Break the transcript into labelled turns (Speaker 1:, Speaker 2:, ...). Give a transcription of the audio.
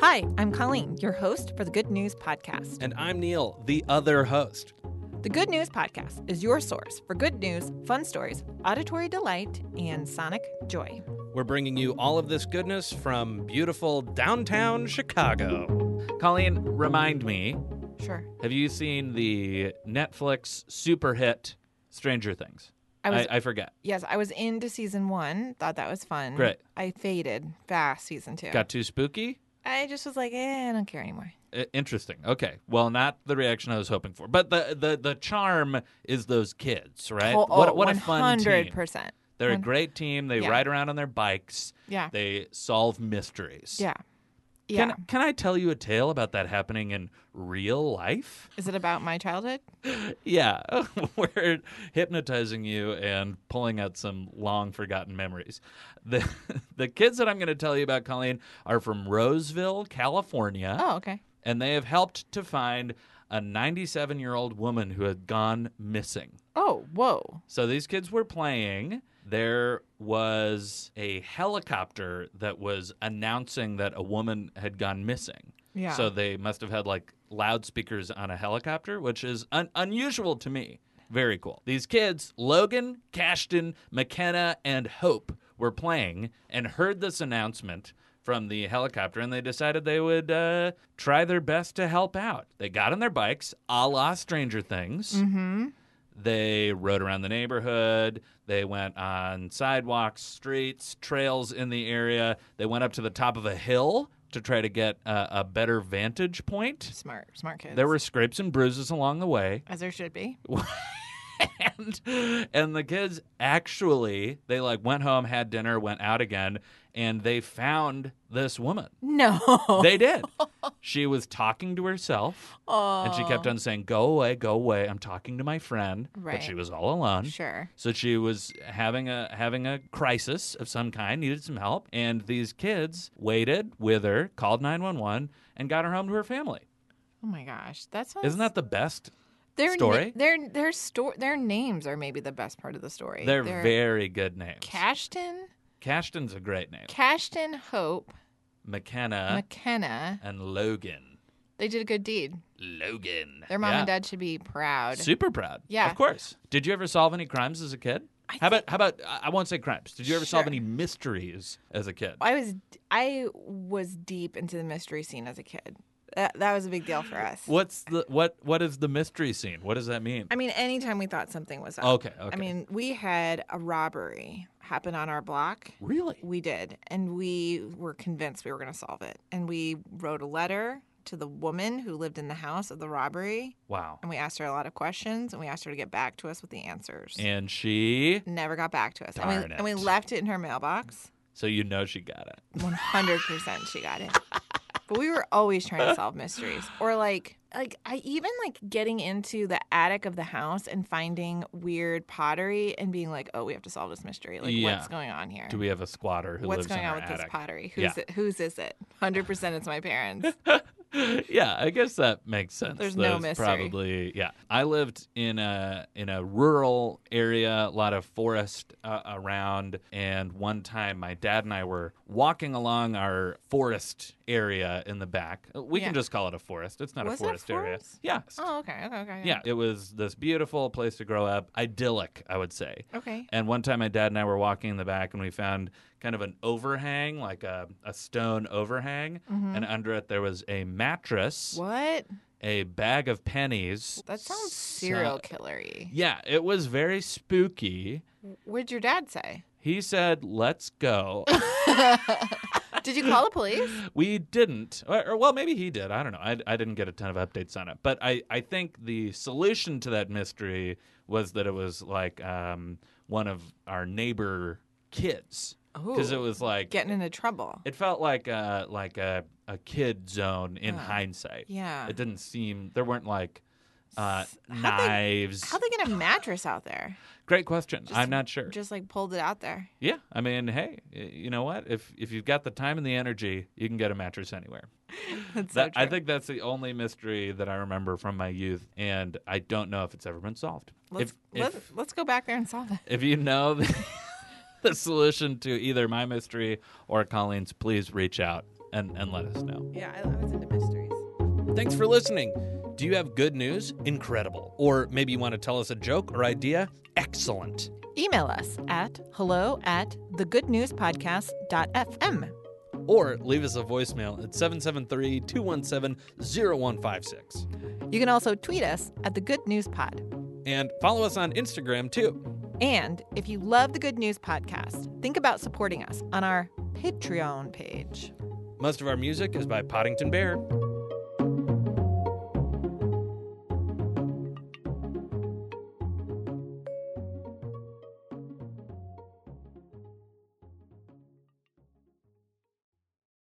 Speaker 1: Hi, I'm Colleen, your host for the Good News Podcast.
Speaker 2: And I'm Neil, the other host.
Speaker 1: The Good News Podcast is your source for good news, fun stories, auditory delight, and sonic joy.
Speaker 2: We're bringing you all of this goodness from beautiful downtown Chicago.
Speaker 3: Colleen, remind me,
Speaker 1: Sure.
Speaker 3: have you seen the Netflix super hit Stranger Things?
Speaker 1: I was
Speaker 3: I, I forget.
Speaker 1: yes, I was into season one. Thought that was fun.
Speaker 3: Great.
Speaker 1: I faded fast season two.
Speaker 3: Got too spooky?
Speaker 1: I just was like, eh, I don't care anymore.
Speaker 3: I- Interesting. Okay. Well, not the reaction I was hoping for, but the the, the charm is those kids, right?
Speaker 1: Oh,
Speaker 3: what
Speaker 1: oh,
Speaker 3: what a fun team!
Speaker 1: 100%.
Speaker 3: They're a
Speaker 1: One-
Speaker 3: great team. They
Speaker 1: Yeah.
Speaker 3: ride around on their bikes.
Speaker 1: Yeah.
Speaker 3: They solve mysteries.
Speaker 1: Yeah. Yeah.
Speaker 3: Can Can I tell you a tale about that happening in real life?
Speaker 1: is it about my childhood?
Speaker 3: Yeah, we're hypnotizing you and pulling out some long forgotten memories. The the kids that I'm going to tell you about, Colleen, are from Roseville, California,
Speaker 1: Oh, okay.
Speaker 3: and they have helped to find a 97 year old woman who had gone missing.
Speaker 1: Oh, whoa.
Speaker 3: So these kids were playing. There was a helicopter that was announcing that a woman had gone missing.
Speaker 1: Yeah.
Speaker 3: So they must have had like loudspeakers on a helicopter, which is un- unusual to me. Very cool. These kids, Logan, Cashton, McKenna, and Hope, were playing and heard this announcement from the helicopter, and they decided they would uh, try their best to help out. They got on their bikes, a la Stranger Things. They rode around the neighborhood. They went on sidewalks, streets, trails in the area. They went up to the top of a hill to try to get a, a better vantage point.
Speaker 1: Smart, smart kids.
Speaker 3: There were scrapes and bruises along the way.
Speaker 1: As there should be.
Speaker 3: And, and the kids actually, they like went home, had dinner, went out again, and they found this woman.
Speaker 1: No.
Speaker 3: They did. She was talking to herself. And she kept on saying, Go away, go away. I'm talking to my friend.
Speaker 1: Right.
Speaker 3: But she was all alone.
Speaker 1: Sure.
Speaker 3: So she was having a having a crisis of some kind, needed some help, and these kids waited with her, called 911, and got her home to her family.
Speaker 1: Oh my gosh, that sounds.
Speaker 3: Isn't that the best?
Speaker 1: their
Speaker 3: story?
Speaker 1: Na- their their sto- Their names are maybe the best part of the story.
Speaker 3: They're very good names.
Speaker 1: Cashton,
Speaker 3: Cashton's a great name.
Speaker 1: Cashton, Hope,
Speaker 3: McKenna
Speaker 1: McKenna.
Speaker 3: and Logan.
Speaker 1: They did a good deed.
Speaker 3: Logan.
Speaker 1: Their mom
Speaker 3: Yeah.
Speaker 1: and dad should be proud.
Speaker 3: Super proud.
Speaker 1: Yeah.
Speaker 3: Of course. Did you ever solve any crimes as a kid? how about how about I I won't say crimes. Did you ever solve
Speaker 1: Sure.
Speaker 3: any mysteries as a kid?
Speaker 1: I was I was deep into the mystery scene as a kid. That that was a big deal for us.
Speaker 3: What's the what what is the mystery scene? What does that mean?
Speaker 1: I mean, anytime we thought something was up.
Speaker 3: Okay, Oh, okay.
Speaker 1: I mean, we had a robbery happen on our block.
Speaker 3: really?
Speaker 1: We did. And we were convinced we were going to solve it. And we wrote a letter to the woman who lived in the house of the robbery.
Speaker 3: Wow.
Speaker 1: And we asked her a lot of questions and we asked her to get back to us with the answers.
Speaker 3: And she
Speaker 1: Never got back to us. And we,
Speaker 3: Darn
Speaker 1: and we
Speaker 3: it.
Speaker 1: left it in her mailbox.
Speaker 3: so you know she got it.
Speaker 1: 100% she got it. But we were always trying to solve mysteries or like like I even like getting into the attic of the house and finding weird pottery and being like, "Oh, we have to solve this mystery. Like
Speaker 3: Yeah.
Speaker 1: what's going on here?"
Speaker 3: Do we have a squatter who
Speaker 1: What's
Speaker 3: lives
Speaker 1: going
Speaker 3: in
Speaker 1: on
Speaker 3: our
Speaker 1: with
Speaker 3: attic?
Speaker 1: this pottery? Who's
Speaker 3: Yeah.
Speaker 1: it, whose is it? Hundred percent, it's my parents.
Speaker 3: yeah, I guess that makes sense.
Speaker 1: There's no
Speaker 3: That's
Speaker 1: mystery.
Speaker 3: Probably, yeah. I lived in a in a rural area, a lot of forest uh, around, and one time my dad and I were walking along our forest area in the back. Uh, We
Speaker 1: Yeah.
Speaker 3: can just call it a forest. It's not
Speaker 1: Was it
Speaker 3: a
Speaker 1: a
Speaker 3: forest area.
Speaker 1: forest?
Speaker 3: Yeah.
Speaker 1: oh, okay, okay, okay.
Speaker 3: Yeah, it was this beautiful place to grow up, idyllic, I would say.
Speaker 1: Okay.
Speaker 3: And one time, my dad and I were walking in the back, and we found kind of an overhang, like a, a stone overhang,
Speaker 1: Mm-hmm.
Speaker 3: and under it there was a mattress,
Speaker 1: What?
Speaker 3: a bag of pennies.
Speaker 1: That sounds
Speaker 3: so-
Speaker 1: serial killery.
Speaker 3: Yeah, it was very spooky.
Speaker 1: What'd your dad say?
Speaker 3: He said, "Let's go."
Speaker 1: Did you call the police?
Speaker 3: we didn't, or, or, well, maybe he did. I don't know. I, I didn't get a ton of updates on it, but I I think the solution to that mystery was that it was like um, one of our neighbor kids because it
Speaker 1: Ooh.
Speaker 3: was like
Speaker 1: Getting into trouble.
Speaker 3: It felt like a like a, a kid zone in
Speaker 1: Yeah.
Speaker 3: hindsight.
Speaker 1: Yeah.
Speaker 3: It didn't seem there weren't like uh,
Speaker 1: they-
Speaker 3: knives.
Speaker 1: How'd they get a mattress out there?
Speaker 3: Great question.
Speaker 1: Just-
Speaker 3: I'm not sure.
Speaker 1: Just like pulled it out there.
Speaker 3: yeah, I mean, hey, y- you know what? If if you've got the time and the energy, you can get a mattress anywhere.
Speaker 1: That's so
Speaker 3: That, I
Speaker 1: true.
Speaker 3: think that's the only mystery that I remember from my youth, and I don't know if it's ever been solved.
Speaker 1: Let's,
Speaker 3: if,
Speaker 1: let's,
Speaker 3: if
Speaker 1: let's go back there and solve it.
Speaker 3: if you know the, the solution to either my mystery or Colleen's, please reach out.
Speaker 4: and, and let us know.
Speaker 1: Yeah, I, I was into mysteries.
Speaker 3: Thanks for listening. Do you have good news? Incredible. Or maybe you want to tell us a joke or idea? Excellent.
Speaker 1: Email us at hello at thegoodnewspodcast.fm.
Speaker 3: Or leave us a voicemail at 773 217 0156.
Speaker 1: You can also tweet us at the Good News Pod.
Speaker 3: And follow us on Instagram too.
Speaker 1: And if you love the Good News Podcast, think about supporting us on our Patreon page.
Speaker 3: Most of our music is by Poddington Bear.